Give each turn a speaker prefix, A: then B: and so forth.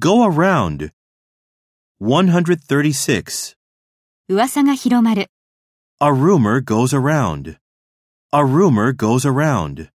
A: Go around. 136.
B: 噂が広まる。
A: A rumor goes around. A rumor goes around.